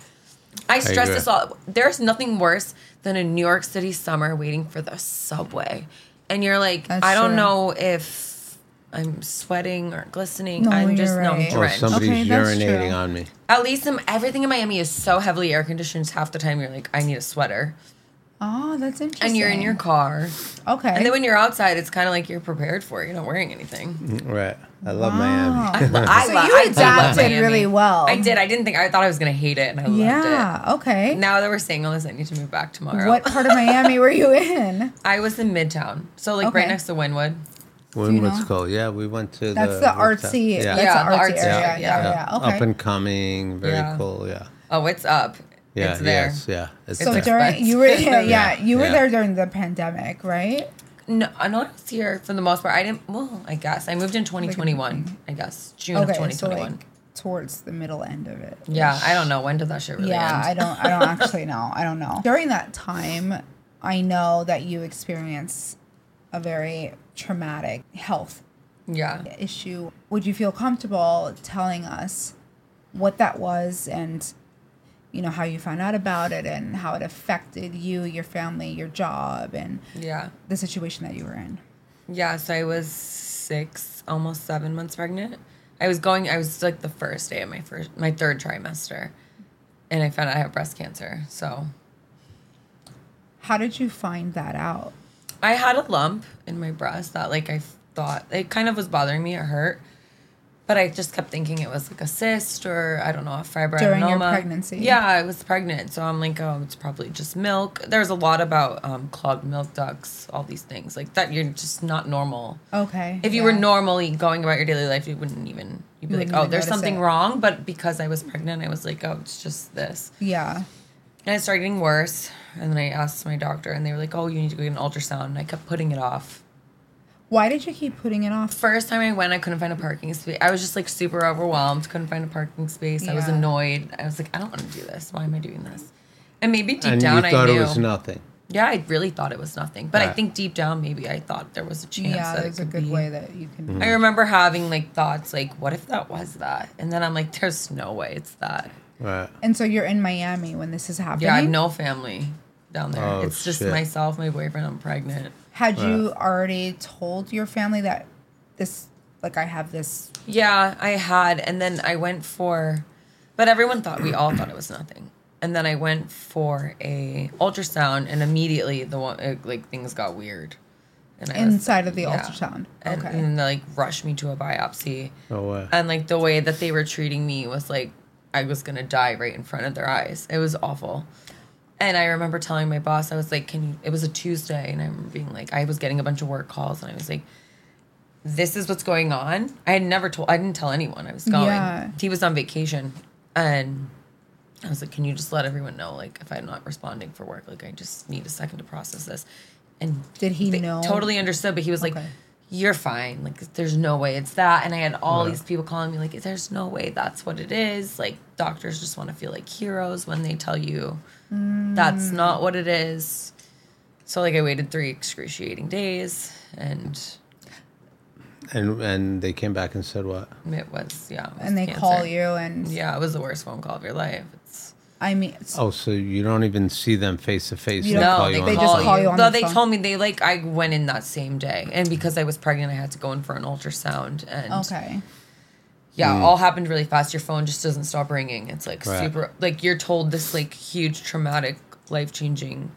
I stress
agree.
this all. There's nothing worse than a New York City summer waiting for the subway, and you're like,
That's
I don't
true.
know if I'm sweating or glistening.
No,
I'm
you're
just no, I'm
right. Or
Or
drenched.
somebody's
Okay, that's
urinating
true.
on me.
At least in, everything in Miami is so heavily air conditioned. Half the time you're like, I need a sweater,
Oh, that's interesting.
and you're in your car.
Okay.
And then when you're outside, it's kind of like you're prepared for it. You're not wearing anything.
Right. I love
Ah.
Miami.
I, lo- I
So
lo-
you
I do love
adapted
Miami.
really well.
I did. I didn't think. I thought I was gonna hate it, and I loved
yeah. Okay.
it. Now that we're saying all this, I need to move back tomorrow.
what part of Miami were you in?
I was in Midtown, so like
Okay.
right next to Wynwood.
Wynwood's
know? cool.
cool. Yeah, we went to
That's
the,
the
rooftop.
artsy.
Yeah.
That's
Yeah,
the
the
artsy
artsy,
area.
yeah,
Yeah, Oh, yeah.
yeah.
Okay.
Up and coming. Very
Yeah.
cool. Yeah.
Oh, it's up.
Yeah.
it's there.
Yes. Yeah. It's
so
there.
during
expensive.
you were yeah, yeah you were
Yeah.
there during the pandemic, right?
No, I know I was here for the most part. I didn't. Well, I guess I moved in 2021. I guess June of
Okay, so
2021.
like towards the middle end of it.
yeah, I don't know when did that shit really
Yeah,
end.
I don't I don't actually know. I don't know. During that time, I know that you experienced a very traumatic health
yeah.
issue. Would you feel comfortable telling us what that was and you know how you found out about it and how it affected you, your family, your job and
Yeah.
the situation that you were in?
Yeah, so I was six, almost seven months pregnant. I was going. I was like the first day of my first, my third trimester, and I found out I have breast cancer. So
How did you find that out?
I had a lump in my breast that like I thought it kind of was bothering me. It hurt, but I just kept thinking it was like a cyst or I don't know a fibroadenoma.
During your pregnancy?
Yeah, I was pregnant, so I'm like, oh, it's probably just milk. There's a lot about um, clogged milk ducts, all these things like that. You're just not normal.
Okay.
If you were
yeah.
normally going about your daily life, you wouldn't even. You'd be
Wouldn't
like, oh,
even
there's
notice
something
it.
wrong. But because I was pregnant, I was like, oh, it's just this.
Yeah.
And it started getting worse. And then I asked my doctor, and they were like, oh, you need to go get an ultrasound. And I kept putting it off.
Why did you keep putting it off?
First time I went, I couldn't find a parking space. I was just like super overwhelmed, couldn't find a parking space. I was
Yeah.
annoyed. I was like, I don't want to do this. Why am I doing this? And maybe deep
and
down,
you thought
I
it
knew.
was nothing.
yeah, I really thought it was nothing. But I
Right.
think deep down, maybe I thought there was a chance
yeah,
that it
there's a
could
good
be.
way that you can.
I remember having like thoughts like, what if that was that? And then I'm like, there's no way it's that.
Right.
And so you're in Miami when this is happening.
Yeah, I have no family down there.
Oh,
it's just
shit.
myself, my boyfriend, I'm pregnant.
Had you already told your family that this, like, I have this?
Yeah, I had. And then I went for, but everyone thought, we all thought it was nothing. And then I went for a ultrasound and immediately the one, uh, like things got weird. And I was-
Inside of the ultrasound.
And,
Okay.
and they like rushed me to a biopsy.
No way.
And like the way that they were treating me was like I was gonna die right in front of their eyes. It was awful. And I remember telling my boss, I was like, "Can you?" It was a Tuesday, and I'm being like, I was getting a bunch of work calls, and I was like, "This is what's going on." I had never told, I didn't tell anyone I was going.
Yeah.
He was on vacation, and I was like, "Can you just let everyone know, like, if I'm not responding for work, like, I just need a second to process this." And
Did he
they
know?
Totally understood, but he was like,
Okay.
"You're fine. Like, there's no way it's that." And I had all these people calling me like, "There's no way that's what it is." Like, doctors just want to feel like heroes when they tell you that's
Mm.
not what it is. So like, I waited three excruciating days, and
And and they came back and said what?
it was yeah. it was
And they
cancer.
call you, and
Yeah, it was the worst phone call of your life. It's
I mean, it's-
Oh, so you don't even see them face to face.
You
they
don't-
call
no,
you
they,
on
They
the
just
just
phone.
call you on
No,
the
they
phone.
told me they like I went in that same day, and because I was pregnant, I had to go in for an ultrasound. And
okay.
yeah, all happened really fast. Your phone just doesn't stop ringing. It's like
Hmm. Right.
super. Like you're told this like huge traumatic, life changing,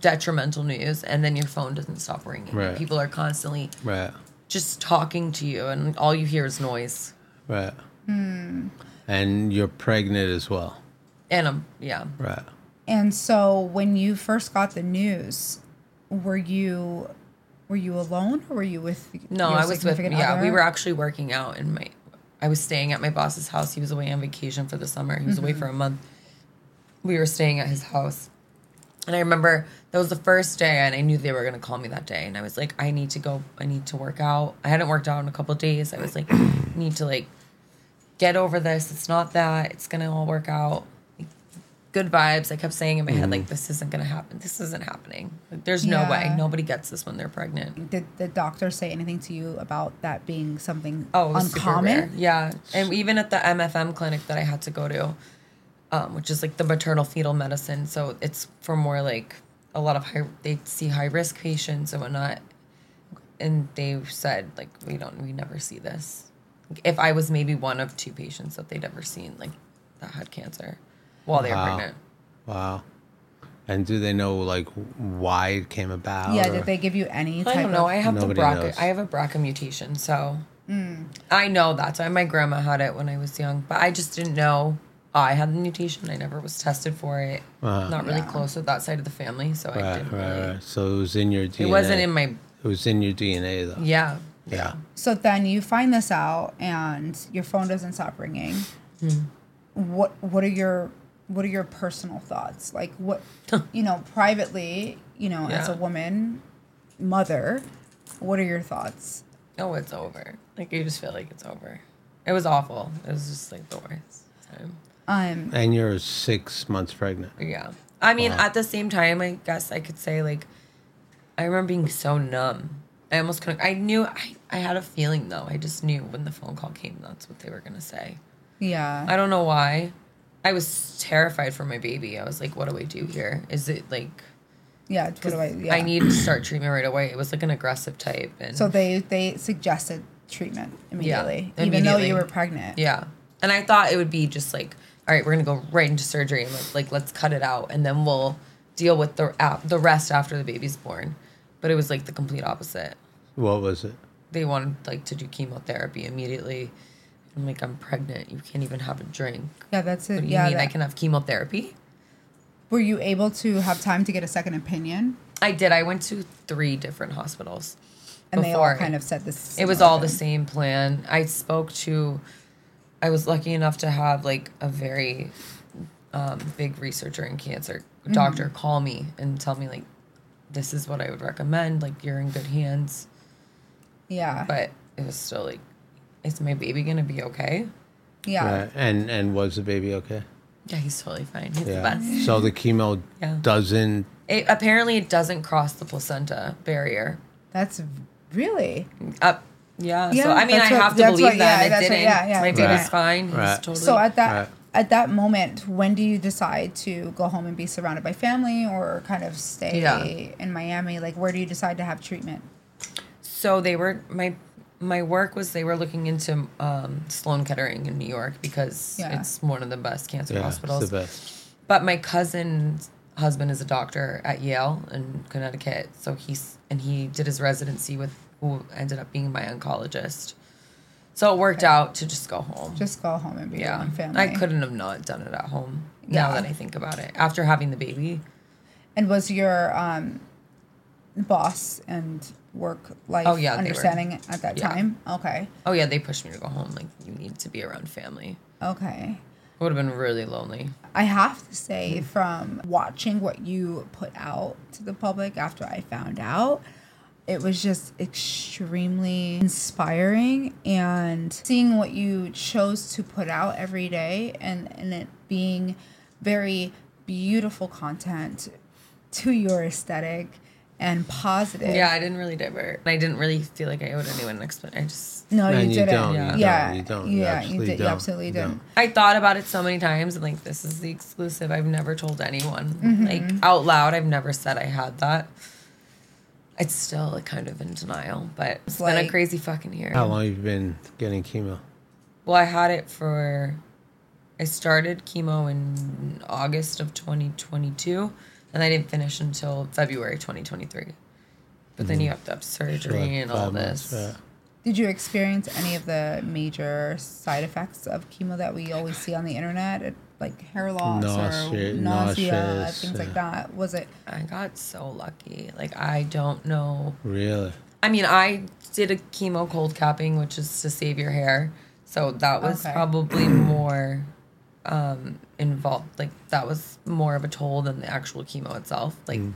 detrimental news, and then your phone doesn't stop ringing.
Right.
People are constantly
Right.
just talking to you, and all you hear is noise.
Right.
Hmm.
And you're pregnant as well.
And um, yeah,
Right.
And so when you first got the news, were you were you alone or were you with
no,
your
I was with
significant
yeah.
other?
We were actually working out in my. I was staying at my boss's house. He was away on vacation for the summer. He was
Mm-hmm.
away for a month. We were staying at his house. And I remember that was the first day, and I knew they were going to call me that day. And I was like, I need to go. I need to work out. I hadn't worked out in a couple of days. I was like, need to like get over this. It's not that. It's going to all work out. Good vibes. I kept saying in my
Mm-hmm.
head, like, this isn't going to happen. This isn't happening. Like, there's no way.
Yeah.
Nobody gets this when they're pregnant.
Did the doctor say anything to you about that being something
Oh, it was super rare.
uncommon?
Yeah, and even at the MFM clinic that I had to go to, um, which is like the maternal fetal medicine. So it's for more like a lot of high. They see high risk patients and whatnot, and they said like we don't we never see this. If I was maybe one of two patients that they'd ever seen like that had cancer while they were
Wow.
pregnant.
Wow. And do they know like why it came about?
Yeah,
or-
did they give you any type
I don't know.
of
I have the
Nobody
BRCA.
knows.
I have a BRCA mutation, so I know that's why my grandma had it when I was young. But I just didn't know I had the mutation. I never was tested for it.
Uh-huh.
Not really
Yeah.
close with that side of the family, so I
Right,
didn't really.
right, right. So it was in your DNA.
It wasn't in my
It was in your DNA though.
yeah.
Yeah.
So then you find this out and your phone doesn't stop ringing.
Hmm.
What what are your what are your personal thoughts? Like what you know, privately, you know, as a
Yeah.
woman, mother, what are your thoughts?
Oh, it's over. Like you just feel like it's over. It was awful. It was just like the worst time.
Um
And you're six months pregnant.
Yeah. I mean,
Wow.
at the same time, I guess I could say like, I remember being so numb. I almost couldn't. I knew I, I had a feeling though. I just knew when the phone call came, that's what they were gonna say.
yeah.
I don't know why. I was terrified for my baby. I was like, what do I do here? Is it like
Yeah, it's what do I yeah.
I need to start treatment right away? It was like an aggressive type, and
So they they suggested treatment immediately, even though
immediately.
you were pregnant.
Yeah. And I thought it would be just like, all right, we're gonna go right into surgery and like, like let's cut it out and then we'll deal with the a the rest after the baby's born. But it was like the complete opposite.
What was it?
They wanted like to do chemotherapy immediately. I'm like, I'm pregnant. You can't even have a drink.
Yeah, that's
What
it.
do you
Yeah,
mean I
that-
can have chemotherapy?
Were you able to have time to get a second opinion?
I did. I went to three different hospitals.
And they all
before.
kind of said this.
it was
similar
all the same
thing.
plan. I spoke to, I was lucky enough to have like a very um, big researcher in cancer
Mm-hmm.
doctor call me and tell me like, this is what I would recommend. Like you're in good hands,
Yeah.
but it was still like, is my baby gonna be okay?
yeah.
Right. And and was the baby okay?
Yeah, he's totally fine. He's the
Yeah.
best.
So the chemo
Yeah.
doesn't.
It, apparently, it doesn't cross the placenta barrier.
That's really.
Up. Yeah,
Yeah,
so I mean, I
that's what-
have to
that's
believe
what- yeah,
that.
that's
it
what-
didn't.
yeah, yeah,
My
Right.
baby's
Right.
fine. He's
Right.
totally
So at that
Right.
at that moment, when do you decide to go home and be surrounded by family or kind of stay
Yeah.
in Miami? Like where do you decide to have treatment?
so they were my my work was they were looking into um, Sloan Kettering in New York because
Yeah.
it's one of the best cancer
Yeah, it's
hospitals.
the best.
But my cousin's husband is a doctor at Yale in Connecticut, so he's and he did his residency with who ended up being my oncologist. So it worked out to just go home.
Just go home and be
yeah,
around family.
I couldn't have not done it at home. Now
Yeah.
that I think about it, after having the baby,
And was your um, boss and work life
Oh, yeah, they were.
understanding at that
Yeah.
time? Okay.
oh yeah, they pushed me to go home. Like you need to be around family.
Okay.
It would have been really lonely.
I have to say, from watching what you put out to the public after I found out, it was just extremely inspiring and seeing what you chose to put out every day and, and it being very beautiful content to your aesthetic and positive.
Yeah, I didn't really divert. I didn't really feel like I owed anyone an explanation. I just
No,
And
you,
you
didn't.
don't, you
yeah.
don't,
yeah,
you don't, you absolutely
did.
don't,
You absolutely
you
didn't.
don't.
I thought about it so many times and like this is the exclusive. I've never told anyone. Like out loud, I've never said I had that. It's still like, kind of in denial, but it's been
Like-
a crazy fucking year.
How long have you been getting chemo?
Well, I had it for I started chemo in August of 2022 and I didn't finish until February 2023. But then you have to have surgery
Mm-hmm. Like
and all
five months,
this.
yeah.
Did you experience any of the major side effects of chemo that we always see on the internet, It- like hair loss
Nausea-
or nausea,
nauseous,
things like
uh,
that? Was it?
I got so lucky. Like I don't know.
Really?
I mean, I did a chemo cold capping, which is to save your hair. So that was
Okay.
probably more um, involved. Like that was more of a toll than the actual chemo itself. Like
Mm.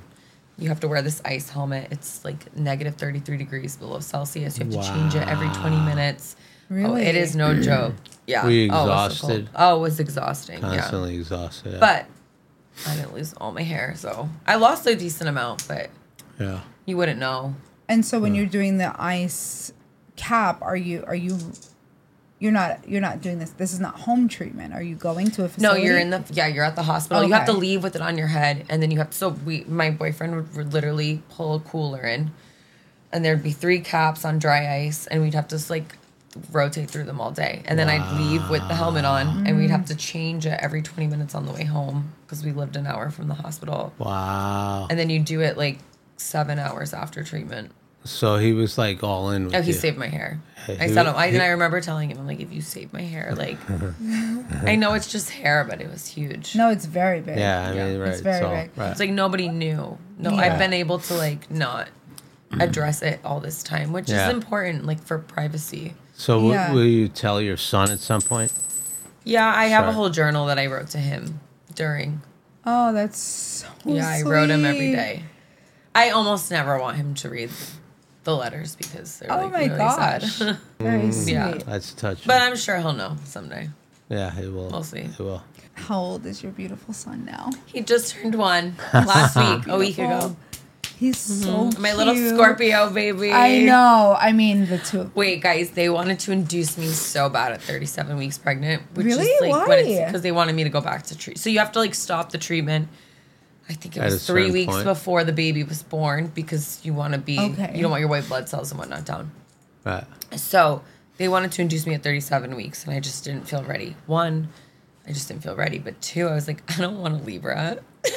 you have to wear this ice helmet. It's like negative thirty three degrees below Celsius. You have to change it every twenty minutes. Oh, it
Really?
is no joke. Yeah.
Were you
Oh, it was so cold.
exhausted?
Oh, it was exhausting. Yeah.
Constantly exhausted. yeah.
But I didn't lose all my hair, so I lost a decent amount, but
yeah.
you wouldn't know.
And so when you're doing the ice cap, are you are you? You're not you're not doing this. This is not home treatment. Are you going to a
No,
facility?
you're in the yeah, you're at the hospital. You have to
Okay.
leave with it on your head, and then you have so we my boyfriend would, would literally pull a cooler in, and there'd be three caps on dry ice, and we'd have to just like rotate through them all day, and then I'd leave with the helmet on, and we'd have to change it every 20 minutes on the way home because we lived an hour from the hospital,
Wow.
and then you do it like seven hours after treatment.
So he was like all in with
Oh, he
you.
saved my hair.
Hey,
I
he-
said, I,
Uh, he-
and I remember telling him, I'm like, if you save my hair, like, I know it's just hair, but it was huge.
No, it's very big.
Yeah, I
Yeah.
mean,
It's
right.
very
so,
big.
right.
It's like nobody knew. No,
Yeah.
I've been able to like not address it all this time, which
Yeah.
is important, like for privacy.
so w-
Yeah.
will you tell your son at some point?
Yeah, I have
Sure.
a whole journal that I wrote to him during.
Oh, that's so
yeah, I wrote him every
sweet.
day. I almost never want him to read the letters because they're
Oh
like
my
really
gosh.
sad.
Very
Mm.
sweet.
yeah.
That's touching.
but I'm sure he'll know someday.
yeah, he will.
We'll see.
He will.
How old is your beautiful son now?
He just turned one last week, a week ago. Mm-hmm.
He's so
My little
cute.
Scorpio baby.
I know. I mean, the two. of-
Wait, guys, they wanted to induce me so bad at 37 weeks pregnant. Which
Really?
Is like
Why?
Because they wanted me to go back to treat. So you have to like stop the treatment. I think it
At a
was three
certain
weeks
point.
before the baby was born because you want to be,
Okay.
you don't want your white blood cells and whatnot down.
Right.
So They wanted to induce me at 37 weeks, and I just didn't feel ready. One, I just didn't feel ready. But two, I was like, I don't want a Libra. no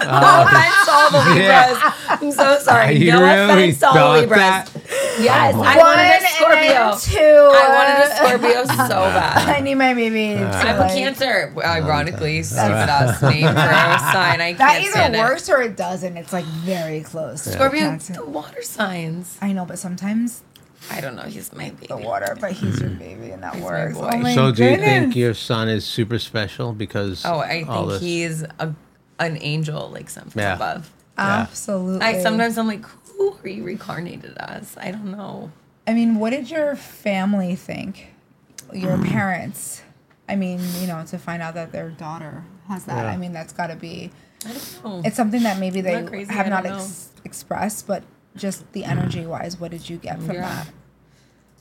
offense to all the Libras.
Oh. Yeah.
I'm so sorry.
You
no
really
offense to all the
thought
Libras.
that? Oh
Yes, I
One
wanted a
and
Scorpio.
two.
I wanted a Scorpio so bad.
I need my baby.
Ah.
to,
I'm a
like-
Cancer, ironically. Stupid ass name for a sign. I
That
can't stand
either
it.
works or it doesn't. It's like very close.
Scorpio,
Cancer.
the water signs.
I know, but sometimes
I don't know. He's my baby.
The water, but he's your baby, and that
He's my
works.
boy.
Oh my
Mm. So, do you think
goodness.
your son is super special because?
Oh, I
all
think
this?
he's a, an angel, like something from
Yeah.
above.
absolutely.
I sometimes I'm like, who are you reincarnated as? I don't know.
I mean, what did your family think? Your
Mm.
parents. I mean, you know, to find out that their daughter has that.
Yeah.
I mean, that's got to be.
I don't know.
It's something that maybe they
not crazy,
have
I
not
don't know.
ex- expressed, but just
Mm.
the energy wise, what did you get from
Yeah.
that?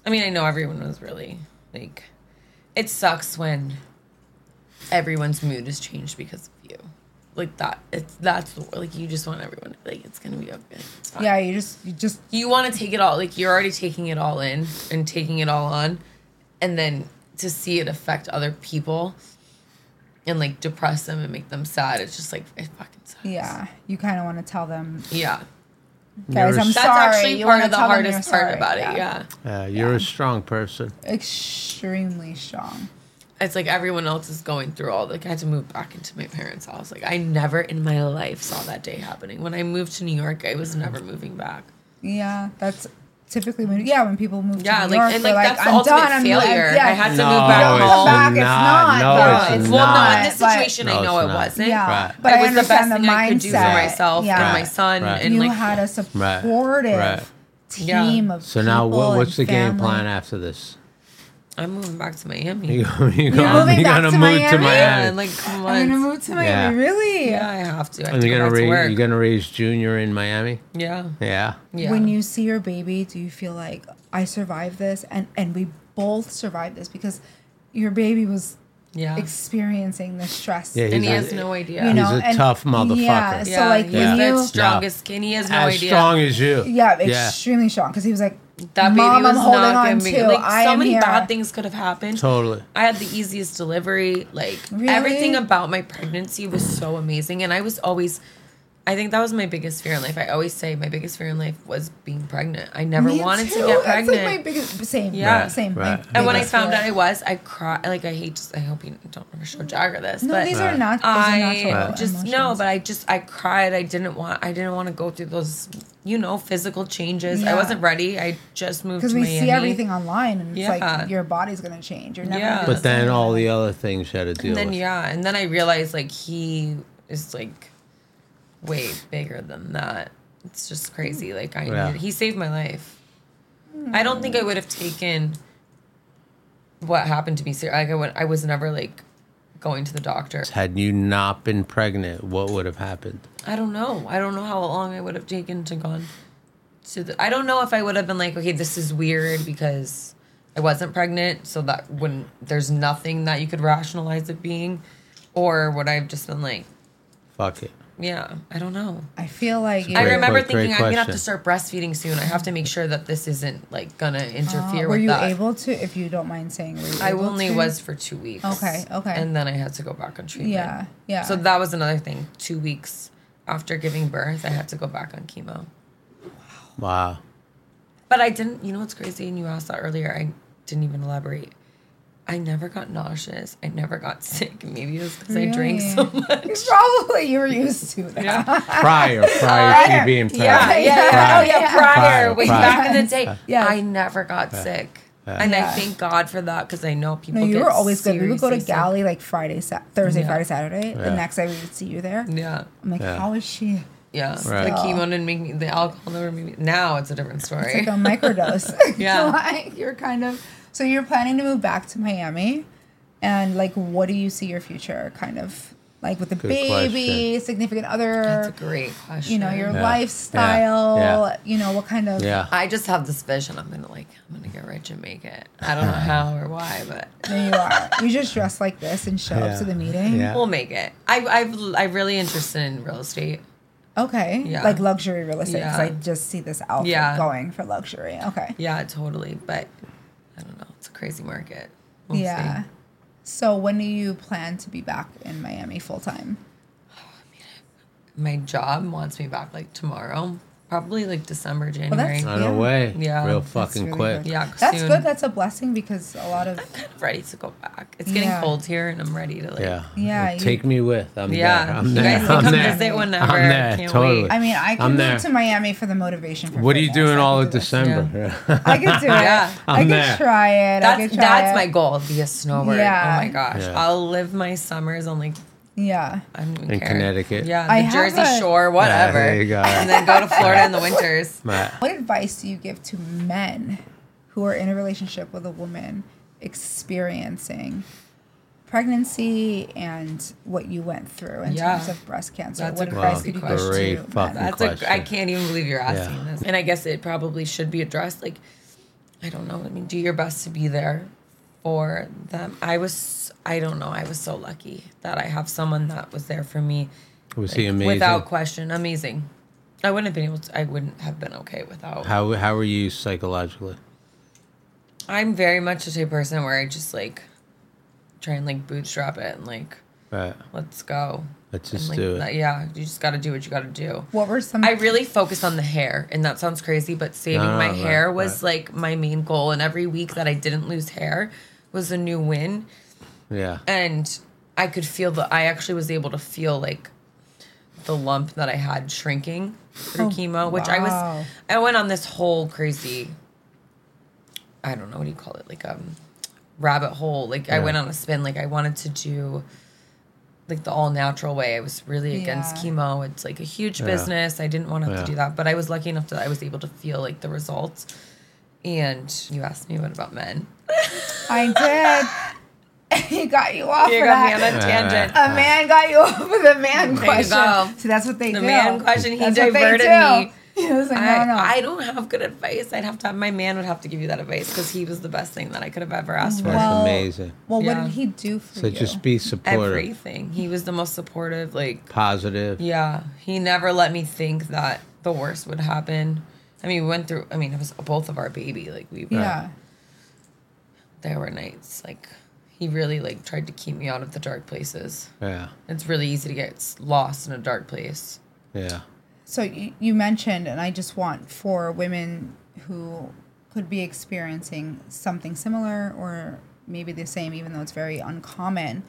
I mean, I know everyone was really like. It sucks when everyone's mood is changed because of you. Like that. It's that's the like you just want everyone to be like it's gonna be okay. It's fine.
Yeah, you just, you just,
you want to take it all like you're already taking it all in and taking it all on and then to see it affect other people and like depress them and make them sad it's just like it fucking sucks
yeah, you kind of want to tell them,
yeah
guys,
You're-
I'm
That's
that's
sorry.
actually
You
part
wanna
of the
tell them
hardest
you're
part
sorry,
about it yeah
Uh, you're a strong person.
Extremely strong.
it's like everyone else is going through all like i had to move back into my parents house like i never in my life saw that day happening when i moved to new york i was never moving back
Yeah, that's typically when yeah when people move.
yeah
to New
like
York,
and
they're
like that's the
I'm
ultimate
done. I'm
failure
yeah,
i had to
No,
move back
it's
home
back, it's not,
No,
though.
Oh, it's
It's
Well,
not.
no, in this
but-
situation,
No,
I know
it's
it
not.
wasn't.
Yeah,
Right.
but
it
I
was the best
understand the
thing I could do for
mindset.
myself
Yeah.
and my son.
Right.
And
you
like,
had a
Right.
supportive
Right.
team
Yeah.
of
So now,
people
what,
and
what's the game
family.
plan after this?
I'm moving back to Miami.
You,
Yeah,
you're
moving
you're
back to
gonna move to
Miami?
Miami,
and like, come on.
I'm gonna move to Miami.
Yeah.
Really?
yeah, I have to. I have
and
to
you're
go
gonna
back to
raise
work.
you're gonna raise Junior in Miami.
yeah,
Yeah.
yeah.
When you see your baby, do you feel like I survived this and and we both survived this because your baby was
yeah,
experiencing the stress.
Yeah,
and he
a-
has no idea.
you know,
He's a
and-
tough
Yeah,
motherfucker.
so
yeah,
like
he's
when
the
you,
strongest skin. He has no
as
idea.
strong as you.
yeah,
Yeah.
extremely strong because he was like,
that baby
Mom,
was
I'm holding
not
on
gonna
too.
make it. Like,
I
so
am
many
here.
bad things could have happened.
Totally.
I had the easiest delivery. Like
Really?
everything about my pregnancy was so amazing, and I was always. I think that was my biggest fear in life. I always say my biggest fear in life was being pregnant. I never
Me
wanted
too.
to get
That's
pregnant.
like my biggest same.
Yeah.
Yeah,
Right,
same.
right.
my
and when I
biggest
found
fear.
out I was, I cried. Like I hate. To, I hope you don't ever show Jagger this.
no,
but
these are not. These are natural
I just
emotions.
no, but I just I cried. I didn't want. I didn't want to go through those, you know, physical changes.
Yeah.
I wasn't ready. I just moved
because
to
we
Miami.
see everything online, and it's
Yeah.
like your body's gonna change. You're never.
Yeah.
gonna
But
be
But then
same.
all the other things you had to deal
And then
with.
yeah, and then I realized like he is like way bigger than that. It's just crazy. Like I
Yeah.
needed, he saved my life. I don't think I would have taken what happened to me. ser- Like I went, I was never like going to the doctor.
Had you not been pregnant, what would have happened?
I don't know. I don't know how long I would have taken to gone to the. I don't know if I would have been like, okay, this is weird because I wasn't pregnant, so that wouldn't. There's nothing that you could rationalize it being, or would I have just been like,
Fuck it.
yeah, I don't know.
I feel like
I
Great
you're-
remember
que- great
thinking I'm gonna have to
question.
start breastfeeding soon. I have to make sure that this isn't like gonna interfere
Uh, were
with
you
that.
able to, if you don't mind saying, were you
I
able
only
to?
was for two weeks.
Okay, okay.
And then I had to go back on treatment.
Yeah, yeah.
So that was another thing. Two weeks after giving birth, I had to go back on chemo.
Wow.
But I didn't. You know what's crazy? And you asked that earlier. I didn't even elaborate. I never got nauseous. I never got sick. Maybe it was because I drank
Really?
so much.
probably you were used to that.
Prior, prior to you being pregnant.
Yeah, yeah, yeah.
Prior.
Oh, yeah.
Yeah.
Prior,
Prior,
way
prior.
back in the day,
Yeah.
I never got sick, and
Yeah.
I thank God for that because I know people.
No, you
get
were always good. We would go to
seriously sick.
galley like Friday, Sa- Thursday,
Yeah.
Friday, Saturday. The
Yeah.
next day we would see you there.
Yeah,
I'm like,
Yeah.
how is she?
yeah.
Right.
The chemo didn't make me. The alcohol never made me. Now it's a different story.
It's like a microdose.
Yeah.
like you're kind of. So you're planning to move back to Miami, and like, what do you see your future kind of like with the
Good
baby, significant
That's a
other,
great question.
you know, your
Yeah.
lifestyle,
Yeah. Yeah.
you know, what kind of
Yeah.
I just have this vision. I'm gonna like, I'm gonna get rich and make it. I don't know how or why, but
there you are. You just dress like this and show
Yeah.
up to the meeting.
Yeah.
we'll make it. I, I've, I'm really interested in real estate.
Okay.
Yeah.
Like luxury real estate. 'cause I
Yeah.
just see this outfit
Yeah.
going for luxury. Okay.
Yeah, totally. But I don't know. It's a crazy market. We'll see.
yeah. So when do you plan to be back in Miami full time?
My job wants me back like tomorrow, probably like December,
that's-
January.
I
Yeah.
know way.
Yeah.
Real
That's
fucking
really
quick.
good.
yeah,
That's
soon.
good. That's a blessing because a lot of
I'm ready to go back. It's getting
Yeah.
cold here, and I'm ready to like.
Yeah.
Yeah,
Well,
you-
Take me with. I'm
Yeah,
there.
you
I'm there.
guys can
I'm
come
there.
visit whenever.
I'm there,
Can't
totally.
wait.
I mean, I
I'm
can
there.
move to Miami for the motivation. For
What are you
fitness. I
doing
can
all
do
of
this.
December?
I could do it.
Yeah.
I
I'm
could
there.
try it. I
That's
could try
that's
it.
my goal. Be a snowbird.
Yeah.
Oh my gosh,
Yeah.
I'll live my summers on like
Yeah.
I don't even
In
care.
Connecticut.
Yeah,
I
the
have
Jersey
a-
Shore,
Yeah,
whatever.
there you go.
And then go to Florida in the winters.
Matt.
What advice do you give to men who are in a relationship with a woman experiencing pregnancy and what you went through in
Yeah.
terms of breast cancer?
That's
what
a
advice
great
could you give
question.
Great
to
fucking
men?
That's a, I
question.
can't even believe you're asking
Yeah.
this. And I guess it probably should be addressed. Like, I don't know. I mean, do your best to be there for them. I was, I don't know. I was so lucky that I have someone that was there for me
Was he amazing?
without question. Amazing. I wouldn't have been able to, I wouldn't have been okay without.
how how were you psychologically?
I'm very much the type of person where I just like try and like bootstrap it and like,
Right.
let's go.
Let's
And,
just
like,
do it.
that- yeah, you just got to do what you got to do.
What were some?
I really focused on the hair, and that sounds crazy, but saving
No, no,
my
Ah, right,
hair was
right.
like my main goal. And every week that I didn't lose hair was a new win.
Yeah.
uh, And I could feel the, I actually was able to feel like the lump that I had shrinking through
Oh,
chemo, which I
wow.
was, I went on this whole crazy, I don't know, what do you call it? Like, um, rabbit hole. Like, I
Yeah.
went on a spin. Like, I wanted to do, like the all natural way. I was really against
Yeah.
chemo. It's like a huge business. I didn't want to have
Yeah.
to do that, but I was lucky enough that I was able to feel like the results. And you asked me what about men?
I did. he got you off
You
for
got me on
that.
a tangent.
A man got you off with a man
There you
question.
go.
So that's what they
The
do.
man question, he
That's what they
diverted
do.
me.
He was like,
I,
no, no.
I don't have good advice. I'd have to have my man would have to give you that advice because he was the best thing that I could have ever asked for.
That's
Well,
amazing.
well, what
Yeah.
did he do for
So
you?
just be supportive,
Everything. He was the most supportive. Like
positive.
Yeah, he never let me think that the worst would happen. I mean, we went through. I mean, it was both of our baby. Like we, were,
uh,
yeah.
there were nights like he really like tried to keep me out of the dark places.
Yeah.
It's really easy to get s- lost in a dark place.
Yeah.
So you, you mentioned, and I just want for women who could be experiencing something similar or maybe the same, even though it's very uncommon.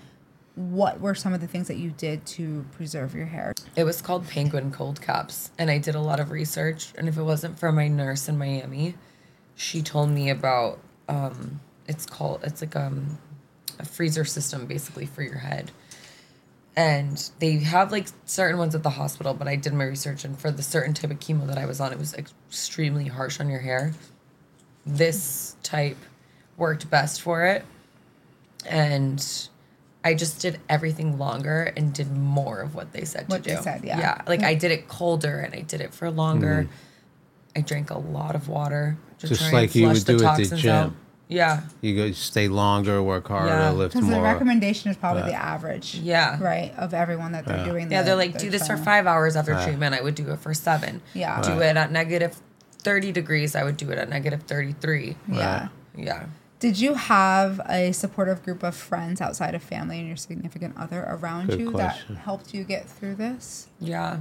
What were some of the things that you did to preserve your hair?
It was called Penguin Cold Caps, and I did a lot of research. And if it wasn't for my nurse in Miami, she told me about um, it's called it's like um, a freezer system basically for your head. and they have like certain ones at the hospital but i did my research and for the certain type of chemo that i was on it was extremely harsh on your hair this type worked best for it and i just did everything longer and did more of what they said
What
to
they
do
said, yeah.
yeah like i did it colder and i did it for longer i drank a lot of water to
Mm-hmm. Just
try and
like you
flush
would do at the
toxins
gym.
out. yeah
You go stay longer, work harder,
Yeah.
lift
Because the
more.
recommendation is probably the average,
Yeah.
right, of everyone that they're doing.
Yeah,
the-
they're like,
the
do this for
treatment.
five hours after treatment. I would do it for seven.
Yeah.
Do
Right.
it at negative 30 degrees. I would do it at negative 33.
Yeah.
Yeah.
Did you have a supportive group of friends outside of family and your significant other around
Good
you
question.
that helped you get through this?
Yeah.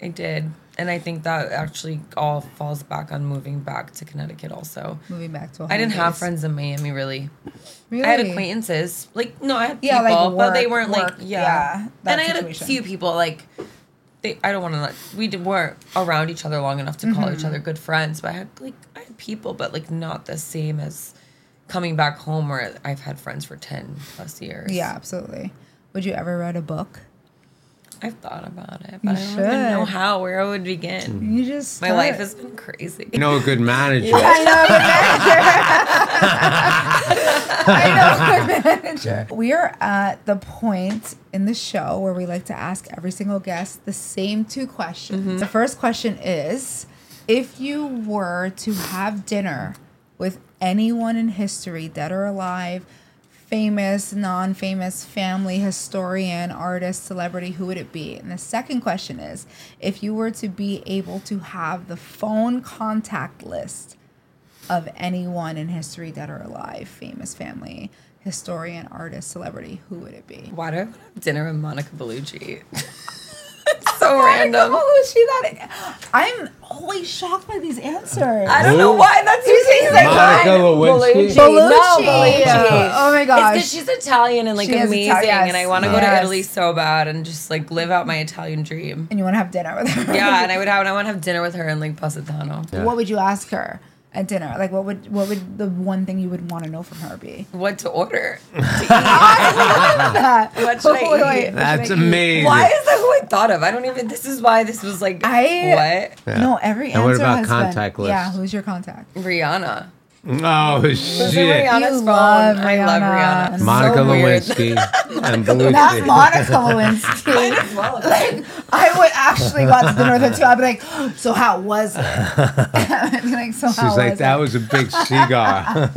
I did. And I think that actually all falls back on moving back to Connecticut also.
Moving back to a
I didn't
home
have
base.
friends in Miami really.
Really?
I had acquaintances. Like no, I had people,
Yeah, like
but they
work-
weren't like
work,
yeah.
yeah, that
and I had
situation.
a few people like they. I don't want to like we did, weren't around each other long enough to call
Mm-hmm.
each other good friends, but I had like I had people, but like not the same as coming back home where I've had friends for ten plus years.
Yeah, absolutely. Would you ever read a book?
I've thought about it, but
You
I don't even know
should.
how where I would begin.
You just
My
start-
life has been crazy.
You know a good manager.
I know the manager. I know the manager. We are at the point in the show where we like to ask every single guest the same two questions. The first question is if you were to have dinner with anyone in history, dead or alive, famous, non famous, family, historian, artist, celebrity, who would it be? And the second question is if you were to be able to have the phone contact list of anyone in history, dead or alive, famous family, historian, artist, celebrity, who would it be?
Why do I want to have dinner with Monica Bellucci? It's so
Oh,
random.
Who is she that? I'm always shocked by these answers.
I don't know
Who?
why that's who she's like.
Monica Lewinsky?
No, Bellucci.
Oh my gosh.
It's because she's Italian and like
She is
amazing,
Italian,
and I want to go to
yes.
Italy so bad and just like live out my Italian dream.
and you want to have dinner with her.
Yeah, and I would have, and I want to have dinner with her in like Positano.
What would you ask her at dinner? Like, what would what would the one thing you would want to know from her be?
What to order?
That.
What should I
Wait,
eat?
wait.
That's amazing.
Why is that who I thought of? I don't even. This is why this was like
I-
what
Yeah.
No, every answer
And what about
has
contact
been,
list?
Yeah, who's your contact?
Rihanna.
Oh
Was it
shit!
Rihanna's
You
phone?
love
I love
Rihanna.
Rihanna.
Monica
uh, so weird.
Lewinsky and
Not
Bellucci.
Monica Lewinsky.
Well,
I would actually go out to dinner with her too. I'd be like, so how was it? I'd be like, so how
She's like,
was
that
it?
was a big cigar.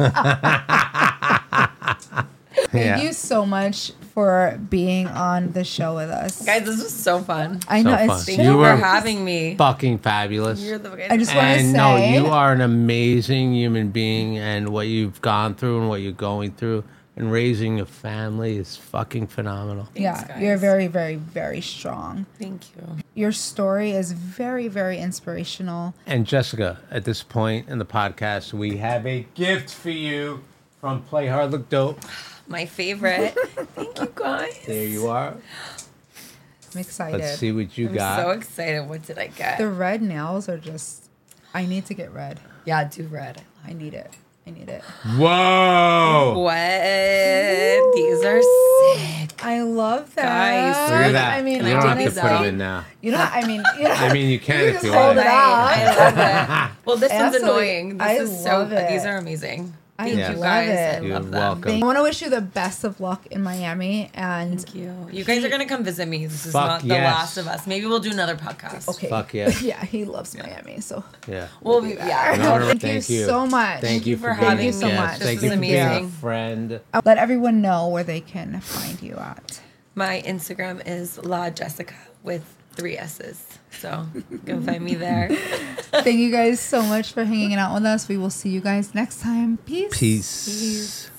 Thank
yeah.
you so much for being on the show with us.
Guys, this was so fun.
I
So
know
fun.
it's
Thank
You
you,
just-
for
were-
having me.
Fucking fabulous.
You're the
I just want to say
and no, you are an amazing human being, and what you've gone through and what you're going through and raising a family is fucking phenomenal.
yeah,
Thanks,
you're
guys.
very, very, very strong.
Thank you.
Your story is very, very inspirational.
And Jessica, at this point in the podcast, we have a gift for you from Play Hard Look Dope.
My favorite. Thank you guys.
There you are.
I'm excited.
Let's see what you
I'm
got.
so excited. What did I get?
The red nails are just. I need to get red.
yeah, do red.
I need it. I need it.
Whoa!
What? These are sick.
I love that.
Guys,
Look at that.
I mean,
you don't
I
have
didn't
to put them
know.
in now.
You know, I mean, you know,
I mean, you can if
just
you
hold
like.
it out.
I love it. Well, this one's
Absolutely.
annoying. This
I
is so.
love it.
These are amazing.
I
Thank you
love
guys.
it.
I
You're
love them.
welcome.
I want to wish you the best of luck in Miami. And
Thank you. You guys are gonna come visit me. This is
Fuck
not the
yes.
last of us. Maybe we'll do another podcast.
okay,
Fuck yeah.
yeah, he loves Miami. So
Yeah.
We'll be yeah.
No, no, no,
thank, you, so much.
Thank you
for
for
having
me. Thank you
being a
so
guest.
much.
Thank
This
you
is
for being
amazing.
a friend.
Let everyone know where they can find you at.
My Instagram is La Jessica with three S's. So you can find me there.
Thank you guys so much for hanging out with us. We will see you guys next time. Peace.
Peace.